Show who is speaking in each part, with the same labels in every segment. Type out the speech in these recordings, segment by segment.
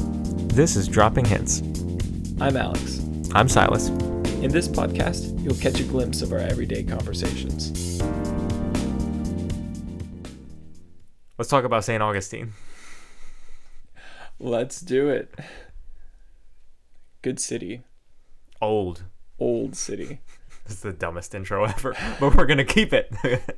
Speaker 1: This is Dropping Hints.
Speaker 2: I'm Alex.
Speaker 1: I'm Silas.
Speaker 2: In this podcast, you'll catch a glimpse of our everyday conversations.
Speaker 1: Let's talk about St. Augustine.
Speaker 2: Let's do it. Good city,
Speaker 1: Old.
Speaker 2: old city.
Speaker 1: This is the dumbest intro ever, but we're going to keep it.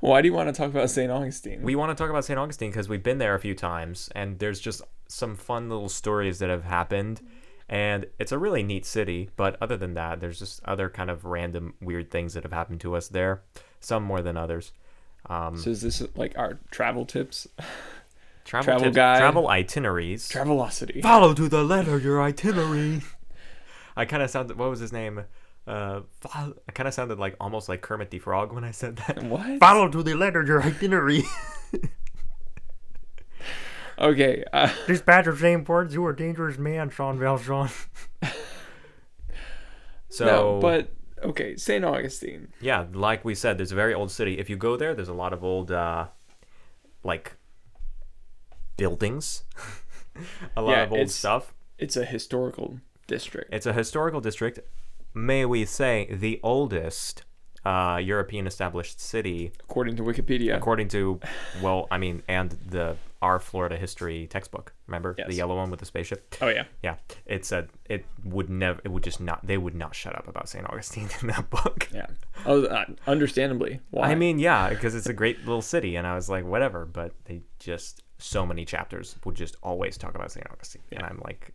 Speaker 2: Why do you want to talk about St. Augustine?
Speaker 1: we want to talk about St. Augustine because we've been there a few times and there's just some fun little stories that have happened. And it's a really neat city, but other than that, there's just other kind of random weird things that have happened to us there, some more than others. Um,
Speaker 2: so is this like our travel tips?
Speaker 1: travel
Speaker 2: travel
Speaker 1: tips-
Speaker 2: guide.
Speaker 1: travel itineraries.
Speaker 2: Travelocity.
Speaker 1: follow to the letter your itinerary. I kind of sounded. What was his name? Uh, fol- I kind of sounded like almost like Kermit the Frog when I said that.
Speaker 2: What?
Speaker 1: Follow to the letter your itinerary.
Speaker 2: Okay. Uh,
Speaker 1: this badger saying words. You are a dangerous man, Sean Valjean. so,
Speaker 2: no, but okay, St. Augustine.
Speaker 1: yeah, like we said, there's a very old city. If you go there, there's a lot of old, uh, like, buildings, a lot
Speaker 2: Yeah,
Speaker 1: of old
Speaker 2: it's-
Speaker 1: stuff.
Speaker 2: It's a historical district.
Speaker 1: It's a historical district, may we say, the oldest uh, European established city,
Speaker 2: According to Wikipedia,
Speaker 1: according to, well, I mean, and the our Florida history textbook. Remember the
Speaker 2: Yes.
Speaker 1: yellow one with the spaceship?
Speaker 2: Oh yeah.
Speaker 1: Yeah, it said it would never, it would just not, they would not shut up about Saint Augustine in that book.
Speaker 2: Yeah. Oh, uh, understandably. Why?
Speaker 1: I mean, yeah, because it's a great little city, and I was like, whatever. But they just so many chapters would just always talk about Saint Augustine, and I'm like,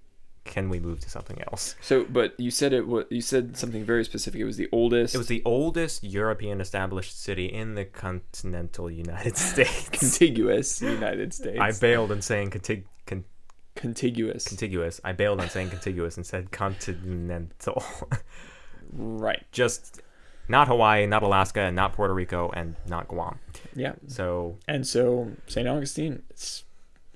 Speaker 1: can we move to something else?
Speaker 2: so but you said it was you said something very specific. It was the oldest
Speaker 1: It was the oldest European established city in the continental United States.
Speaker 2: contiguous United States.
Speaker 1: I bailed on saying contig- con-
Speaker 2: contiguous.
Speaker 1: contiguous. I bailed on saying contiguous and said continental.
Speaker 2: right.
Speaker 1: Just not Hawaii, not Alaska, and not Puerto Rico, and not Guam.
Speaker 2: Yeah.
Speaker 1: So
Speaker 2: And so St. Augustine, it's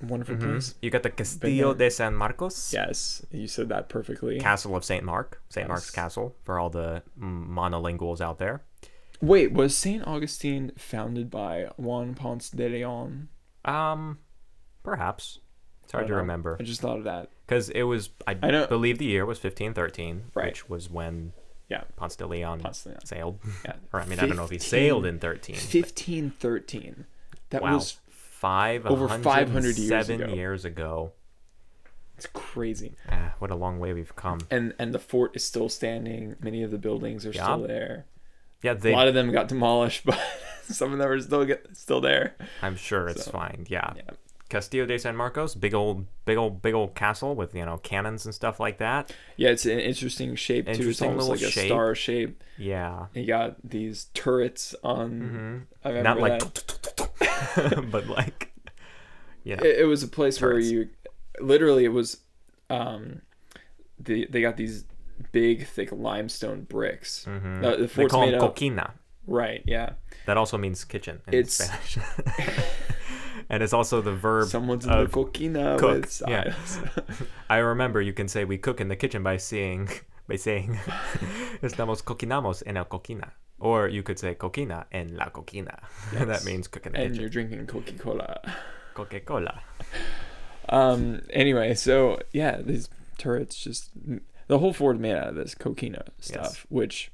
Speaker 2: a wonderful place.
Speaker 1: you got the Castillo de San Marcos,
Speaker 2: Yes, you said that perfectly.
Speaker 1: Castle of St. Mark, St. Mark's
Speaker 2: Yes.
Speaker 1: Castle, for all the mm, monolinguals out there.
Speaker 2: Wait, was St. Augustine founded by Juan Ponce de Leon?
Speaker 1: Um, perhaps. It's hard
Speaker 2: I
Speaker 1: to
Speaker 2: don't know.
Speaker 1: remember.
Speaker 2: I just thought of that.
Speaker 1: because it was I,
Speaker 2: I know-
Speaker 1: believe the year was 1513,
Speaker 2: Right.
Speaker 1: which was when
Speaker 2: Yeah.
Speaker 1: Ponce de Leon
Speaker 2: Ponce de Leon.
Speaker 1: sailed.
Speaker 2: Yeah.
Speaker 1: Or I mean, I don't know if he sailed in 13.
Speaker 2: 1513. That
Speaker 1: Wow,
Speaker 2: was
Speaker 1: five
Speaker 2: over 500 years
Speaker 1: seven
Speaker 2: ago.
Speaker 1: years ago.
Speaker 2: it's crazy.
Speaker 1: Ah, what a long way we've come.
Speaker 2: And and the fort is still standing. Many of the buildings are still
Speaker 1: Yeah.
Speaker 2: there.
Speaker 1: Yeah, they.
Speaker 2: a lot of them got demolished, but some of them are still get, still there.
Speaker 1: I'm sure it's
Speaker 2: so,
Speaker 1: fine. Yeah.
Speaker 2: yeah.
Speaker 1: Castillo de San Marcos, big old, big old, big old castle with you know cannons and stuff like that.
Speaker 2: Yeah, it's an interesting shape too. It's
Speaker 1: Interesting
Speaker 2: almost
Speaker 1: little
Speaker 2: like a
Speaker 1: shape.
Speaker 2: star shape.
Speaker 1: Yeah.
Speaker 2: You got these turrets on. I remember
Speaker 1: Mm-hmm. Not like,
Speaker 2: that.
Speaker 1: but like, you know,
Speaker 2: It, it was a place where
Speaker 1: turrets.
Speaker 2: you, literally, it was, um, the they got these big thick limestone bricks. Uh, the
Speaker 1: Mm-hmm. they
Speaker 2: fort's
Speaker 1: call
Speaker 2: made
Speaker 1: them
Speaker 2: out.
Speaker 1: coquina.
Speaker 2: Right. Yeah.
Speaker 1: That also means kitchen in
Speaker 2: It's-
Speaker 1: Spanish. and it's also the verb.
Speaker 2: Someone's in the
Speaker 1: of-
Speaker 2: coquina
Speaker 1: uh, cook,
Speaker 2: with
Speaker 1: yeah.
Speaker 2: sides.
Speaker 1: I remember you can say we cook in the kitchen by seeing by saying estamos cocinamos en la coquina. Or you could say coquina en la coquina. and that
Speaker 2: Yes.
Speaker 1: means cook in the
Speaker 2: and
Speaker 1: kitchen.
Speaker 2: you're drinking Coca Cola.
Speaker 1: Coca-Cola.
Speaker 2: Um. Anyway, so yeah, these turrets just the whole Ford made out of this coquina stuff, which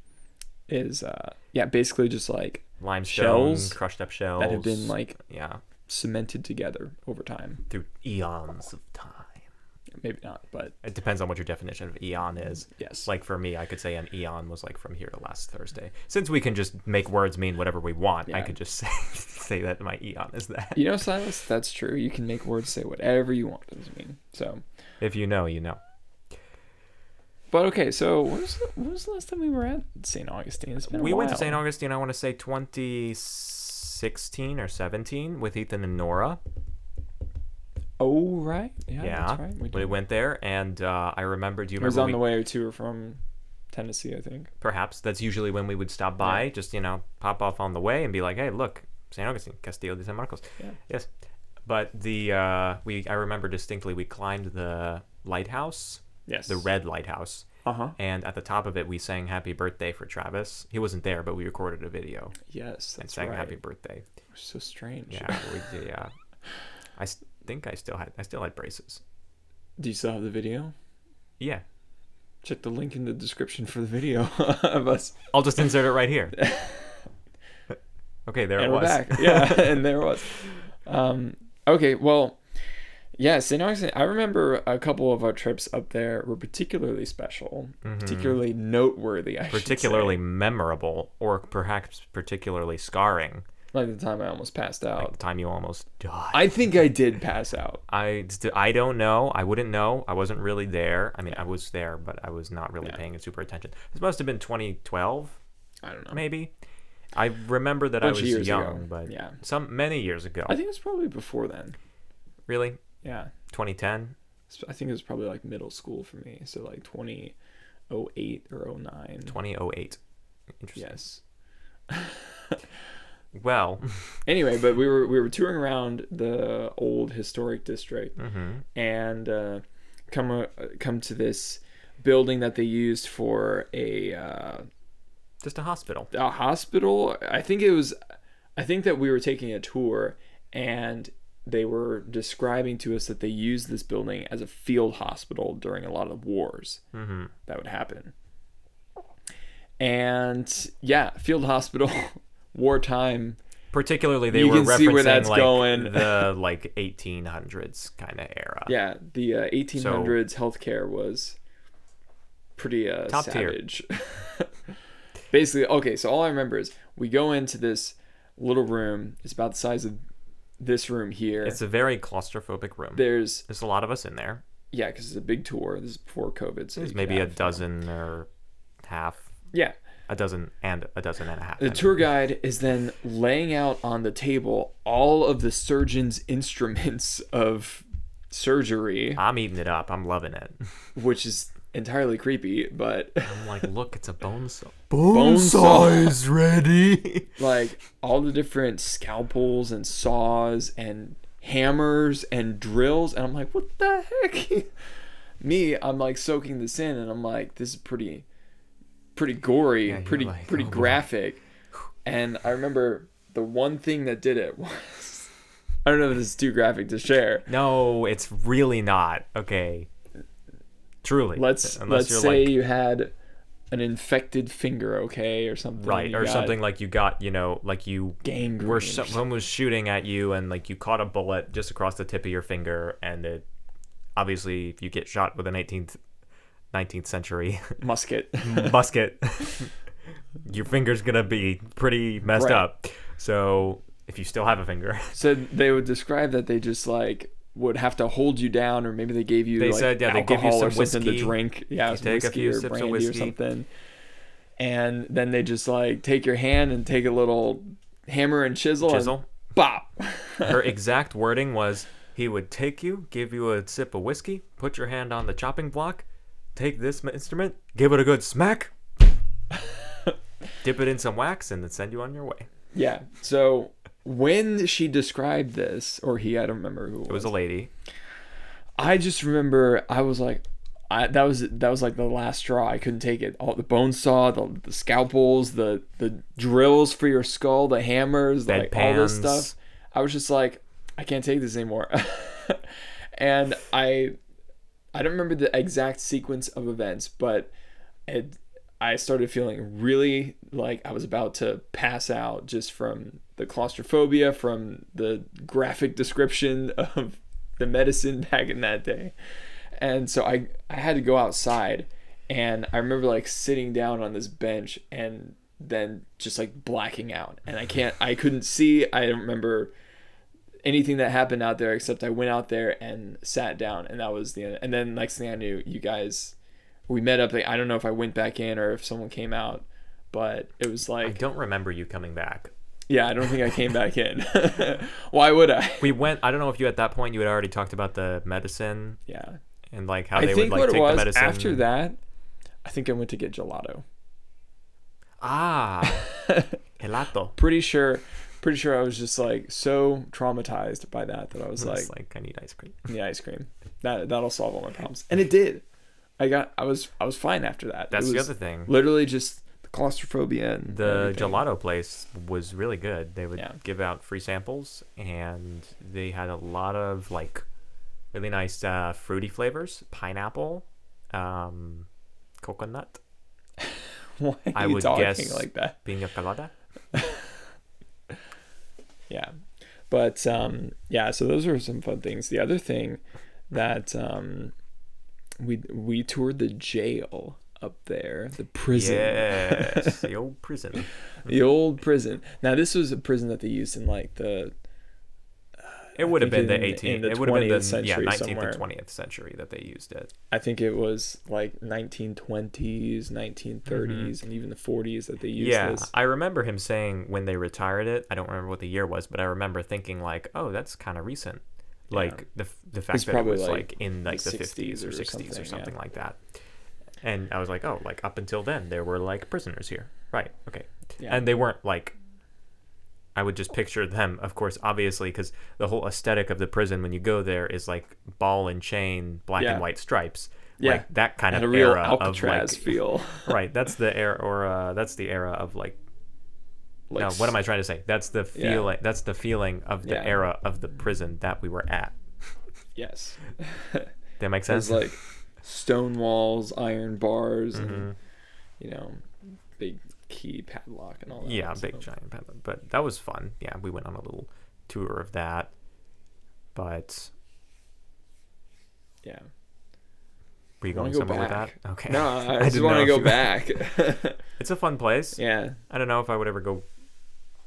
Speaker 2: is uh yeah basically just like
Speaker 1: Limestone,
Speaker 2: Shells
Speaker 1: crushed up shells.
Speaker 2: that have been like
Speaker 1: yeah,
Speaker 2: cemented together over time.
Speaker 1: through eons of time.
Speaker 2: Maybe not, but
Speaker 1: It depends on what your definition of eon is.
Speaker 2: yes.
Speaker 1: Like for me, I could say an eon was like from here to last Thursday. Since we can just make words mean whatever we want, I
Speaker 2: Yeah.
Speaker 1: could just say, say that my eon is that.
Speaker 2: you know, Silas, that's true. You can make words say whatever you want. Doesn't mean so.
Speaker 1: If you know, you know.
Speaker 2: But okay, so when was the, when was the last time we were at St. Augustine? It's been a
Speaker 1: we went to
Speaker 2: while.
Speaker 1: St. Augustine, I want to say 2016 or 17 with Ethan and Nora.
Speaker 2: Oh right, yeah,
Speaker 1: Yeah.
Speaker 2: that's right. We
Speaker 1: we
Speaker 2: did.
Speaker 1: went there, and uh, I remember, do you
Speaker 2: It was
Speaker 1: remember?
Speaker 2: on
Speaker 1: we-
Speaker 2: the way to or from Tennessee, I think.
Speaker 1: Perhaps. That's usually when we would stop by, just, you know, pop off on the way and be like, hey, look, St. Augustine, Castillo de San Marcos.
Speaker 2: Yeah.
Speaker 1: Yes. But the, uh, we, I remember distinctly, we climbed the lighthouse,
Speaker 2: Yes.
Speaker 1: the red lighthouse.
Speaker 2: Uh huh.
Speaker 1: And at the top of it, we sang "Happy Birthday" for Travis. He wasn't there, but we recorded a video
Speaker 2: Yes,
Speaker 1: and
Speaker 2: that's
Speaker 1: sang
Speaker 2: right.
Speaker 1: "Happy Birthday."
Speaker 2: So strange.
Speaker 1: Yeah, we did, yeah. I s- think I still had I still had braces.
Speaker 2: Do you still have the video?
Speaker 1: Yeah.
Speaker 2: Check the link in the description for the video of us.
Speaker 1: I'll just insert it right here. okay, there
Speaker 2: and
Speaker 1: it
Speaker 2: we're
Speaker 1: was.
Speaker 2: back. Yeah, and there it was. Um, okay, well, yeah, St. Augustine. I remember a couple of our trips up there were particularly special, particularly noteworthy. I should say.
Speaker 1: Mm-hmm. particularly memorable or perhaps particularly scarring.
Speaker 2: like the time I almost passed out.
Speaker 1: The time you almost died.
Speaker 2: Oh. I think I did pass out.
Speaker 1: I st- I don't know. I wouldn't know. I wasn't really there. I mean, I was there, but I was not really paying super attention. This must have been 2012,
Speaker 2: I don't know.
Speaker 1: maybe. I remember that I
Speaker 2: Bunch of
Speaker 1: was
Speaker 2: years ago.
Speaker 1: young, but
Speaker 2: Yeah.
Speaker 1: some many years ago.
Speaker 2: I think it was probably before then.
Speaker 1: really,
Speaker 2: Yeah,
Speaker 1: 2010.
Speaker 2: S- I think it was probably like middle school for me. So like 2008 or 09.
Speaker 1: 2008. Interesting.
Speaker 2: Yes.
Speaker 1: Well,
Speaker 2: Anyway, but we were we were touring around the old historic district and uh, come uh, come to this building that they used for a uh,
Speaker 1: just a hospital.
Speaker 2: a hospital. I think it was. I think that we were taking a tour and they were describing to us that they used this building as a field hospital during a lot of wars that would happen. And yeah, field hospital, wartime.
Speaker 1: Particularly, they
Speaker 2: You
Speaker 1: were
Speaker 2: can
Speaker 1: referencing
Speaker 2: see where that's
Speaker 1: like
Speaker 2: going.
Speaker 1: the like 1800s kind of era.
Speaker 2: Yeah, the uh, 1800s healthcare was pretty uh,
Speaker 1: Top tier.
Speaker 2: savage. Basically, okay, so all I remember is we go into this little room. It's about the size of this room here.
Speaker 1: It's a very claustrophobic room.
Speaker 2: There's,
Speaker 1: There's a lot of us in there.
Speaker 2: yeah, because it's a big tour. This is before COVID.
Speaker 1: There's
Speaker 2: So you could
Speaker 1: maybe a
Speaker 2: have-
Speaker 1: dozen or half,
Speaker 2: Yeah.
Speaker 1: a dozen and a dozen and a half. I
Speaker 2: The
Speaker 1: mean.
Speaker 2: tour guide is then laying out on the table all of the surgeon's instruments of surgery,
Speaker 1: I'm eating it up. I'm loving it.
Speaker 2: which is entirely creepy, but.
Speaker 1: I'm like, look, it's a bone saw.
Speaker 2: Bone saw. size
Speaker 1: ready.
Speaker 2: like all the different scalpels and saws and hammers and drills and I'm like what the heck me I'm like soaking this in and I'm like this is pretty pretty gory
Speaker 1: you're
Speaker 2: pretty
Speaker 1: like,
Speaker 2: pretty
Speaker 1: "Oh, boy."
Speaker 2: graphic and I remember the one thing that did it was I don't know if this is too graphic to share
Speaker 1: No, it's really not. Okay. Truly.
Speaker 2: let's
Speaker 1: Unless
Speaker 2: let's say
Speaker 1: like,
Speaker 2: you had an infected finger okay or something
Speaker 1: right
Speaker 2: you
Speaker 1: or
Speaker 2: got
Speaker 1: something like you got, you know, like you
Speaker 2: gangrene
Speaker 1: were
Speaker 2: or
Speaker 1: so- someone was shooting at you and like you caught a bullet just across the tip of your finger and it obviously if you get shot with an 18th 19th century
Speaker 2: musket
Speaker 1: musket, your finger's gonna be pretty messed
Speaker 2: Right.
Speaker 1: up. So if you still have a finger,
Speaker 2: So they would describe that they just like would have to hold you down, or maybe they gave you
Speaker 1: They
Speaker 2: like,
Speaker 1: said, yeah, they give you
Speaker 2: alcohol or
Speaker 1: some
Speaker 2: something
Speaker 1: whiskey.
Speaker 2: to drink, yeah,
Speaker 1: You
Speaker 2: some
Speaker 1: take a
Speaker 2: whiskey
Speaker 1: few
Speaker 2: or
Speaker 1: sips of
Speaker 2: brandy or
Speaker 1: whiskey.
Speaker 2: something, and then they just like take your hand and take a little hammer and chisel,
Speaker 1: chisel.
Speaker 2: and bop.
Speaker 1: Her exact wording was, "He would take you, give you a sip of whiskey, put your hand on the chopping block, take this m- instrument, give it a good smack, dip it in some wax, and then send you on your way."
Speaker 2: yeah. So when she described this, or he, I don't remember who it was.
Speaker 1: It was a lady.
Speaker 2: I just remember I was like, I, that was that was like the last straw. I couldn't take it. All the bone saw, the, the scalpels, the the drills for your skull, the hammers, like all
Speaker 1: Bedpans.
Speaker 2: this stuff. I was just like, I can't take this anymore. and I I don't remember the exact sequence of events, but it, I started feeling really like I was about to pass out just from the claustrophobia, from the graphic description of the medicine back in that day. And so I, I had to go outside, and I remember like sitting down on this bench and then just like blacking out. And I can't, I couldn't see. I don't remember anything that happened out there except I went out there and sat down and that was the end. And then next thing I knew, you guys we met up. Like, I don't know if I went back in or if someone came out, but it was
Speaker 1: I
Speaker 2: like
Speaker 1: don't remember you coming back.
Speaker 2: yeah, I don't think I came back in. Why would I?
Speaker 1: We went. I don't know if you at that point you had already talked about the medicine
Speaker 2: Yeah.
Speaker 1: and like how
Speaker 2: I
Speaker 1: they would
Speaker 2: think
Speaker 1: like
Speaker 2: what it
Speaker 1: take the
Speaker 2: was
Speaker 1: medicine
Speaker 2: after that, I think I went to get gelato.
Speaker 1: Ah, gelato.
Speaker 2: Pretty sure pretty sure I was just like so traumatized by that that I was like,
Speaker 1: It's like I need ice cream.
Speaker 2: the ice cream. That that'll solve all my problems. And it did. I got I was I was fine after that. It
Speaker 1: That's the
Speaker 2: was
Speaker 1: other thing.
Speaker 2: Literally just the claustrophobia and
Speaker 1: The
Speaker 2: everything.
Speaker 1: gelato place was really good. They would
Speaker 2: Yeah.
Speaker 1: give out free samples, and they had a lot of like really nice uh, fruity flavors: pineapple, um, coconut,
Speaker 2: Why are
Speaker 1: I
Speaker 2: you
Speaker 1: would
Speaker 2: talking
Speaker 1: guess-
Speaker 2: like that?
Speaker 1: pina colada.
Speaker 2: Yeah, but um, yeah. So those were some fun things. The other thing that um, we we toured the jail up there, the prison.
Speaker 1: Yes, the old prison.
Speaker 2: the old prison. Now this was a prison that they used in like the
Speaker 1: It would have been
Speaker 2: think
Speaker 1: the
Speaker 2: in- in
Speaker 1: 18th.
Speaker 2: the
Speaker 1: it would have been the
Speaker 2: 20th century
Speaker 1: yeah 19th
Speaker 2: somewhere.
Speaker 1: and 20th century that they used it.
Speaker 2: I think it was like 1920s, 1930s, and even the 40s that they used
Speaker 1: Mm-hmm. yeah,
Speaker 2: this.
Speaker 1: I remember him saying when they retired it. I don't remember what the year was, but I remember thinking like, "Oh, that's kind of recent." Like the f- the fact
Speaker 2: It's
Speaker 1: that it
Speaker 2: probably,
Speaker 1: was
Speaker 2: like,
Speaker 1: like in like
Speaker 2: the
Speaker 1: the 50s or 60s
Speaker 2: 60s
Speaker 1: or
Speaker 2: or something, yeah.
Speaker 1: something like that. And I was like, "Oh, like up until then there were like prisoners here." Right. Okay.
Speaker 2: Yeah.
Speaker 1: And they weren't like I would just picture them, of course, obviously, because the whole aesthetic of the prison when you go there is like ball and chain, black
Speaker 2: Yeah.
Speaker 1: and white stripes,
Speaker 2: Yeah.
Speaker 1: like that kind
Speaker 2: Had a
Speaker 1: of
Speaker 2: real
Speaker 1: era
Speaker 2: Alcatraz
Speaker 1: of like,
Speaker 2: feel.
Speaker 1: right. That's the era, or uh, that's the era of like
Speaker 2: like,
Speaker 1: no, what am I trying to say? That's the
Speaker 2: Yeah.
Speaker 1: feeling. That's the feeling of the
Speaker 2: Yeah.
Speaker 1: era of the prison that we were at.
Speaker 2: Yes.
Speaker 1: That makes sense.
Speaker 2: There's like stone walls, iron bars,
Speaker 1: Mm-hmm.
Speaker 2: and you know, big key padlock and all that.
Speaker 1: yeah,
Speaker 2: So,
Speaker 1: big giant pet. But that was fun. Yeah, we went on a little tour of that. But
Speaker 2: Yeah.
Speaker 1: were you going
Speaker 2: wanna go
Speaker 1: somewhere
Speaker 2: back.
Speaker 1: with that? Okay.
Speaker 2: No, I, just
Speaker 1: didn't
Speaker 2: want
Speaker 1: know
Speaker 2: to
Speaker 1: if
Speaker 2: go
Speaker 1: you-
Speaker 2: back.
Speaker 1: It's a fun place.
Speaker 2: yeah.
Speaker 1: I don't know if I would ever go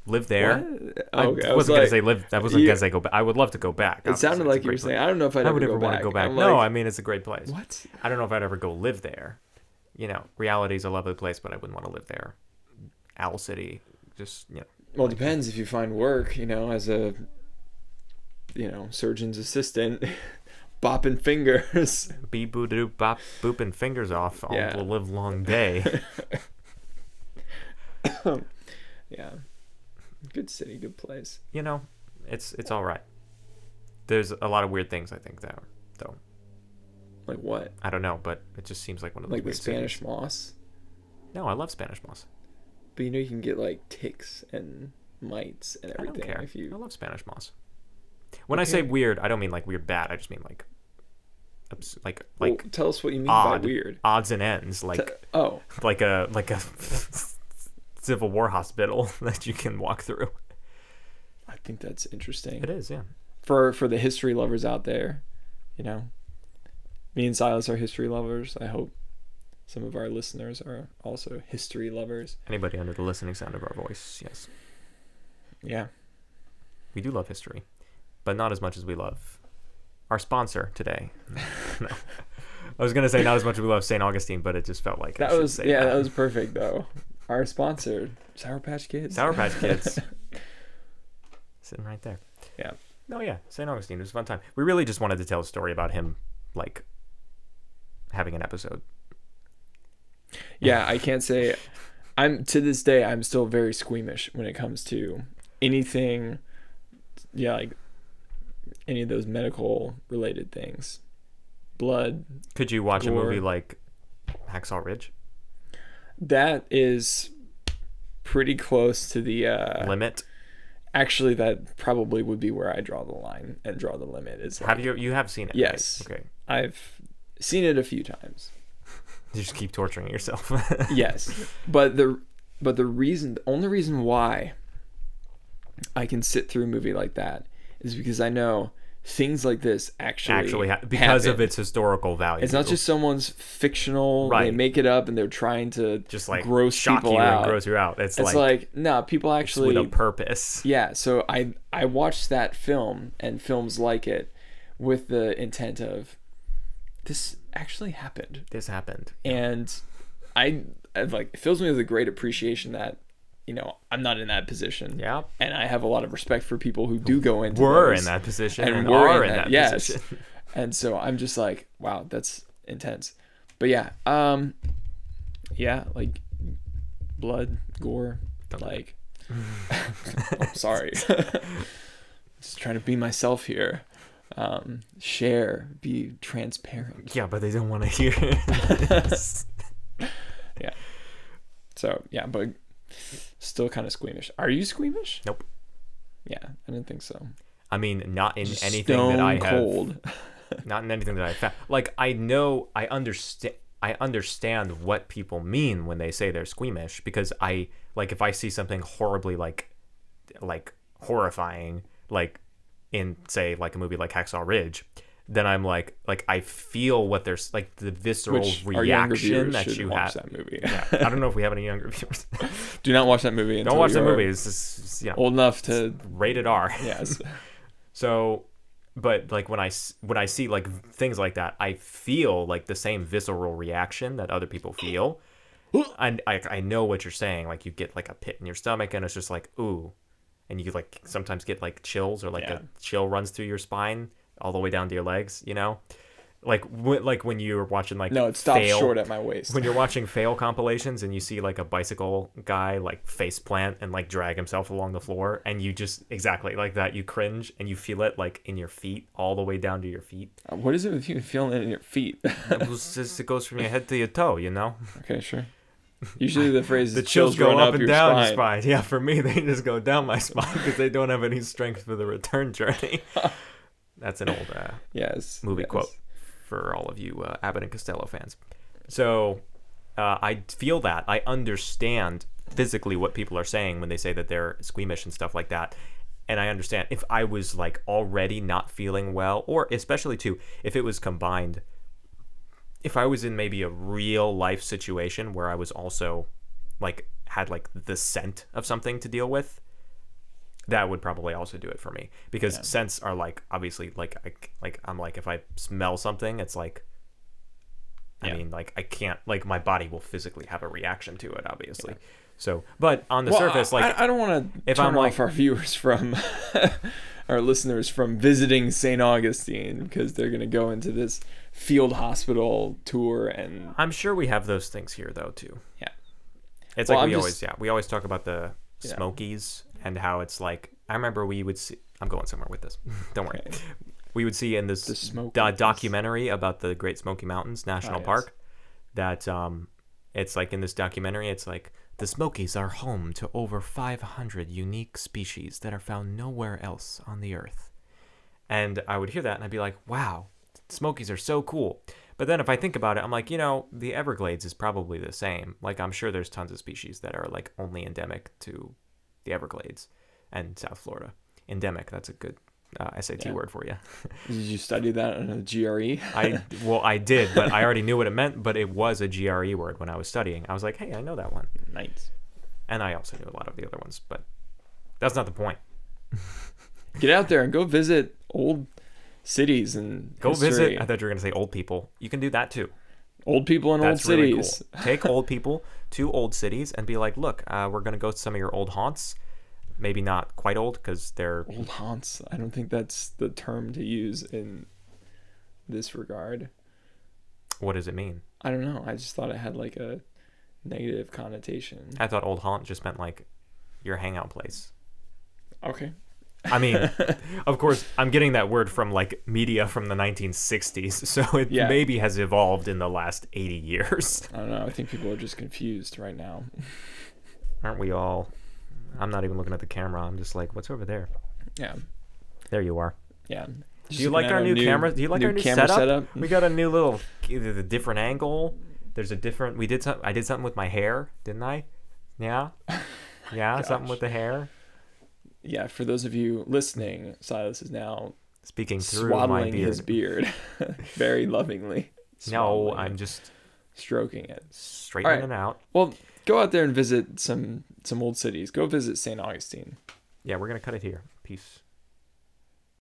Speaker 1: live there.
Speaker 2: What?
Speaker 1: I
Speaker 2: Okay,
Speaker 1: wasn't
Speaker 2: was
Speaker 1: gonna
Speaker 2: like-
Speaker 1: say live. I wasn't
Speaker 2: you-
Speaker 1: gonna say go back. I would love to go back.
Speaker 2: It sounded like you were saying, I don't know if I'd
Speaker 1: I would
Speaker 2: ever
Speaker 1: ever
Speaker 2: go
Speaker 1: want
Speaker 2: back.
Speaker 1: to go back.
Speaker 2: I'm
Speaker 1: No,
Speaker 2: like,
Speaker 1: I mean it's a great place.
Speaker 2: What?
Speaker 1: I don't know if I'd ever go live there. You know, reality's a lovely place, but I wouldn't want to live there. Owl City, just you know,
Speaker 2: Well, it depends if you find work, you know, as a you know, surgeon's assistant bopping fingers.
Speaker 1: be boo doop bop booping fingers off all
Speaker 2: Yeah.
Speaker 1: the live long day.
Speaker 2: yeah. Good city, good place.
Speaker 1: you know, it's it's all right. There's a lot of weird things I think though. Though
Speaker 2: Like what?
Speaker 1: I don't know, but it just seems like one of those
Speaker 2: Like the
Speaker 1: weird cities.
Speaker 2: Spanish moss.
Speaker 1: No, I love Spanish moss.
Speaker 2: But you know you can get like ticks and mites and
Speaker 1: I don't
Speaker 2: everything
Speaker 1: care.
Speaker 2: if
Speaker 1: I
Speaker 2: you
Speaker 1: love Spanish moss. When I say
Speaker 2: Okay.
Speaker 1: weird, I don't mean like weird bad. I just mean like, obs- like
Speaker 2: like
Speaker 1: like
Speaker 2: tell us what you mean
Speaker 1: odd
Speaker 2: by weird.
Speaker 1: odds and ends, like
Speaker 2: T- oh,
Speaker 1: like a like a Civil War hospital that you can walk through.
Speaker 2: I think that's interesting.
Speaker 1: It is, yeah.
Speaker 2: For for the history lovers out there, you know. Me and Silas are history lovers. I hope some of our listeners are also history lovers.
Speaker 1: Anybody under the listening sound of our voice, yes,
Speaker 2: Yeah.
Speaker 1: we do love history, but not as much as we love our sponsor today. no. I was gonna say not as much as we love St. Augustine, but it just felt like I
Speaker 2: That
Speaker 1: should
Speaker 2: was
Speaker 1: say
Speaker 2: yeah, that was perfect though. Our sponsor, Sour Patch Kids.
Speaker 1: Sour Patch Kids. Sitting right there.
Speaker 2: Yeah.
Speaker 1: No, yeah. St. Augustine. It was a fun time. We really just wanted to tell a story about him, like, having an episode.
Speaker 2: yeah, I can't say I'm to this day I'm still very squeamish when it comes to anything yeah, like any of those medical related things. Blood.
Speaker 1: Could you watch a
Speaker 2: Or-
Speaker 1: movie like Hacksaw Ridge?
Speaker 2: That is pretty close to the uh
Speaker 1: Limit?
Speaker 2: actually that probably would be where I draw the line and draw the limit is like,
Speaker 1: Have you you have seen it? right?
Speaker 2: Yes.
Speaker 1: Okay.
Speaker 2: I've seen it a few times.
Speaker 1: You just keep torturing yourself.
Speaker 2: yes but the but the reason the only reason why i can sit through a movie like that is because i know things like this actually
Speaker 1: Actually, ha- because of
Speaker 2: happen.
Speaker 1: its historical value.
Speaker 2: it's not just someone's fictional they
Speaker 1: Right.
Speaker 2: make it up and they're trying to
Speaker 1: just like
Speaker 2: gross
Speaker 1: shock
Speaker 2: people
Speaker 1: you
Speaker 2: out
Speaker 1: and gross you out. It's,
Speaker 2: it's
Speaker 1: like,
Speaker 2: like, no people actually
Speaker 1: with a purpose.
Speaker 2: yeah so i i watched that film and films like it with the intent of this actually happened
Speaker 1: This happened.
Speaker 2: and I, I like it fills me with a great appreciation that you know I'm not in that position.
Speaker 1: Yeah.
Speaker 2: and I have a lot of respect for people who do go into
Speaker 1: We're
Speaker 2: those
Speaker 1: in that position
Speaker 2: and,
Speaker 1: and,
Speaker 2: were
Speaker 1: are
Speaker 2: in that,
Speaker 1: that
Speaker 2: yes.
Speaker 1: position.
Speaker 2: and so I'm just like, wow, that's intense. But yeah, um, yeah, like blood, gore, like. I'm sorry. just trying to be myself here. Um, share, be transparent.
Speaker 1: Yeah, but they don't want to hear. it.
Speaker 2: Yeah. So yeah, but still kind of squeamish. Are you squeamish?
Speaker 1: Nope.
Speaker 2: Yeah, I didn't think so.
Speaker 1: I mean, not in
Speaker 2: Just
Speaker 1: anything that I have.
Speaker 2: cold.
Speaker 1: Not in anything that I found. Like I know, I understand. I understand what people mean when they say they're squeamish because I like if I see something horribly like, like horrifying, like in say like a movie like Hacksaw Ridge, then I'm like like I feel what there's like the visceral
Speaker 2: Which our younger
Speaker 1: reaction
Speaker 2: viewers
Speaker 1: that
Speaker 2: should
Speaker 1: you
Speaker 2: watch
Speaker 1: have.
Speaker 2: that movie.
Speaker 1: yeah, I don't know if we have any younger viewers.
Speaker 2: Do not watch that movie.
Speaker 1: don't
Speaker 2: until
Speaker 1: watch the
Speaker 2: you're
Speaker 1: movie. It's just you know,
Speaker 2: Old enough to
Speaker 1: rated R.
Speaker 2: yes.
Speaker 1: So, but like when I s- when I see like v- things like that, I feel like the same visceral reaction that other people feel. And I I know what you're saying. Like you get like a pit in your stomach, and it's just like ooh, and you like sometimes get like chills or like
Speaker 2: Yeah.
Speaker 1: a chill runs through your spine all the way down to your legs. You know, like w- like when you're watching like
Speaker 2: No, it stops
Speaker 1: Fail-
Speaker 2: short at my waist.
Speaker 1: when you're watching fail compilations and you see like a bicycle guy like face plant and like drag himself along the floor and you just exactly like that you cringe and you feel it like in your feet all the way down to your feet
Speaker 2: Uh, What is it with you feeling it in your feet?
Speaker 1: it, was just, it goes from your head to your toe you know
Speaker 2: okay, sure. Usually the phrase is
Speaker 1: the chills go
Speaker 2: going
Speaker 1: up and
Speaker 2: your
Speaker 1: down
Speaker 2: spine.
Speaker 1: your spine yeah for me they just go down my spine because they don't have any strength for the return journey that's an old uh,
Speaker 2: Yes.
Speaker 1: movie
Speaker 2: yes.
Speaker 1: quote for all of you uh, Abbott and Costello fans. So uh, I feel that I understand physically what people are saying when they say that they're squeamish and stuff like that. And I understand if I was like already not feeling well, or especially too, if it was combined, if I was in maybe a real life situation where I was also like had like the scent of something to deal with, that would probably also do it for me because scents are like obviously like I like I'm like if I smell something it's like I
Speaker 2: Yeah.
Speaker 1: mean like I can't like my body will physically have a reaction to it obviously so but on the
Speaker 2: Well,
Speaker 1: surface
Speaker 2: I-
Speaker 1: like
Speaker 2: I, I don't want to
Speaker 1: if
Speaker 2: turn
Speaker 1: I'm,
Speaker 2: off our viewers from our listeners from visiting St. Augustine because they're going to go into this field hospital tour and
Speaker 1: I'm sure we have those things here though too
Speaker 2: yeah.
Speaker 1: it's
Speaker 2: Well,
Speaker 1: like
Speaker 2: I'm
Speaker 1: we
Speaker 2: just-
Speaker 1: always yeah we always talk about the
Speaker 2: Yeah.
Speaker 1: Smokies and how it's like I remember we would see I'm going somewhere with this don't worry
Speaker 2: Okay.
Speaker 1: we would see in this
Speaker 2: The smoke
Speaker 1: do-
Speaker 2: rings.
Speaker 1: documentary about the Great Smoky Mountains National
Speaker 2: Oh, yes.
Speaker 1: Park that um, it's like in this documentary, it's like the Smokies are home to over 500 unique species that are found nowhere else on the earth. And I would hear that and I'd be like, wow, Smokies are so cool. But then if I think about it, I'm like, you know, the Everglades is probably the same. Like, I'm sure there's tons of species that are like only endemic to the Everglades and South Florida. Endemic, that's a good uh, SAT
Speaker 2: Yeah.
Speaker 1: word for you.
Speaker 2: Did you study that on a E? GRE?
Speaker 1: I well, I did, but I already knew what it meant. But it was a GRE word when I was studying. I was like, hey, I know that one,
Speaker 2: Nice.
Speaker 1: and I also knew a lot of the other ones, but that's not the point.
Speaker 2: Get out there and go visit old cities and
Speaker 1: Go
Speaker 2: history.
Speaker 1: visit. I thought you were gonna say old people. You can do that too.
Speaker 2: old people in old
Speaker 1: That's really cool.
Speaker 2: cities.
Speaker 1: Take old people to old cities and be like, look, uh, we're gonna go to some of your old haunts. Maybe not quite old because they're
Speaker 2: Old haunts. I don't think that's the term to use in this regard.
Speaker 1: what does it mean?
Speaker 2: I don't know. I just thought it had like a negative connotation.
Speaker 1: I thought old haunt just meant like your hangout place.
Speaker 2: Okay.
Speaker 1: I mean, of course, I'm getting that word from like media from the 1960s, so it
Speaker 2: Yeah.
Speaker 1: maybe has evolved in the last 80 years.
Speaker 2: I don't know. I think people are just confused right now.
Speaker 1: Aren't we all? I'm not even looking at the camera. I'm just like, what's over there?
Speaker 2: Yeah.
Speaker 1: There you are.
Speaker 2: Yeah.
Speaker 1: Do you like our new, camera? Do you like our new
Speaker 2: camera
Speaker 1: setup? We got a new little, the different angle. There's a different. We did some. I did something with my hair, didn't I? Yeah. Yeah, something
Speaker 2: gosh.
Speaker 1: with the hair.
Speaker 2: Yeah, for those of you listening, Silas is now
Speaker 1: Speaking through my
Speaker 2: swaddling
Speaker 1: beard.
Speaker 2: his beard very lovingly.
Speaker 1: no,
Speaker 2: Swaddling
Speaker 1: I'm
Speaker 2: it,
Speaker 1: just
Speaker 2: stroking it.
Speaker 1: straightening
Speaker 2: Alright.
Speaker 1: it out.
Speaker 2: Well, go out there and visit some some old cities. Go visit St. Augustine.
Speaker 1: Yeah, we're gonna cut it here. Peace.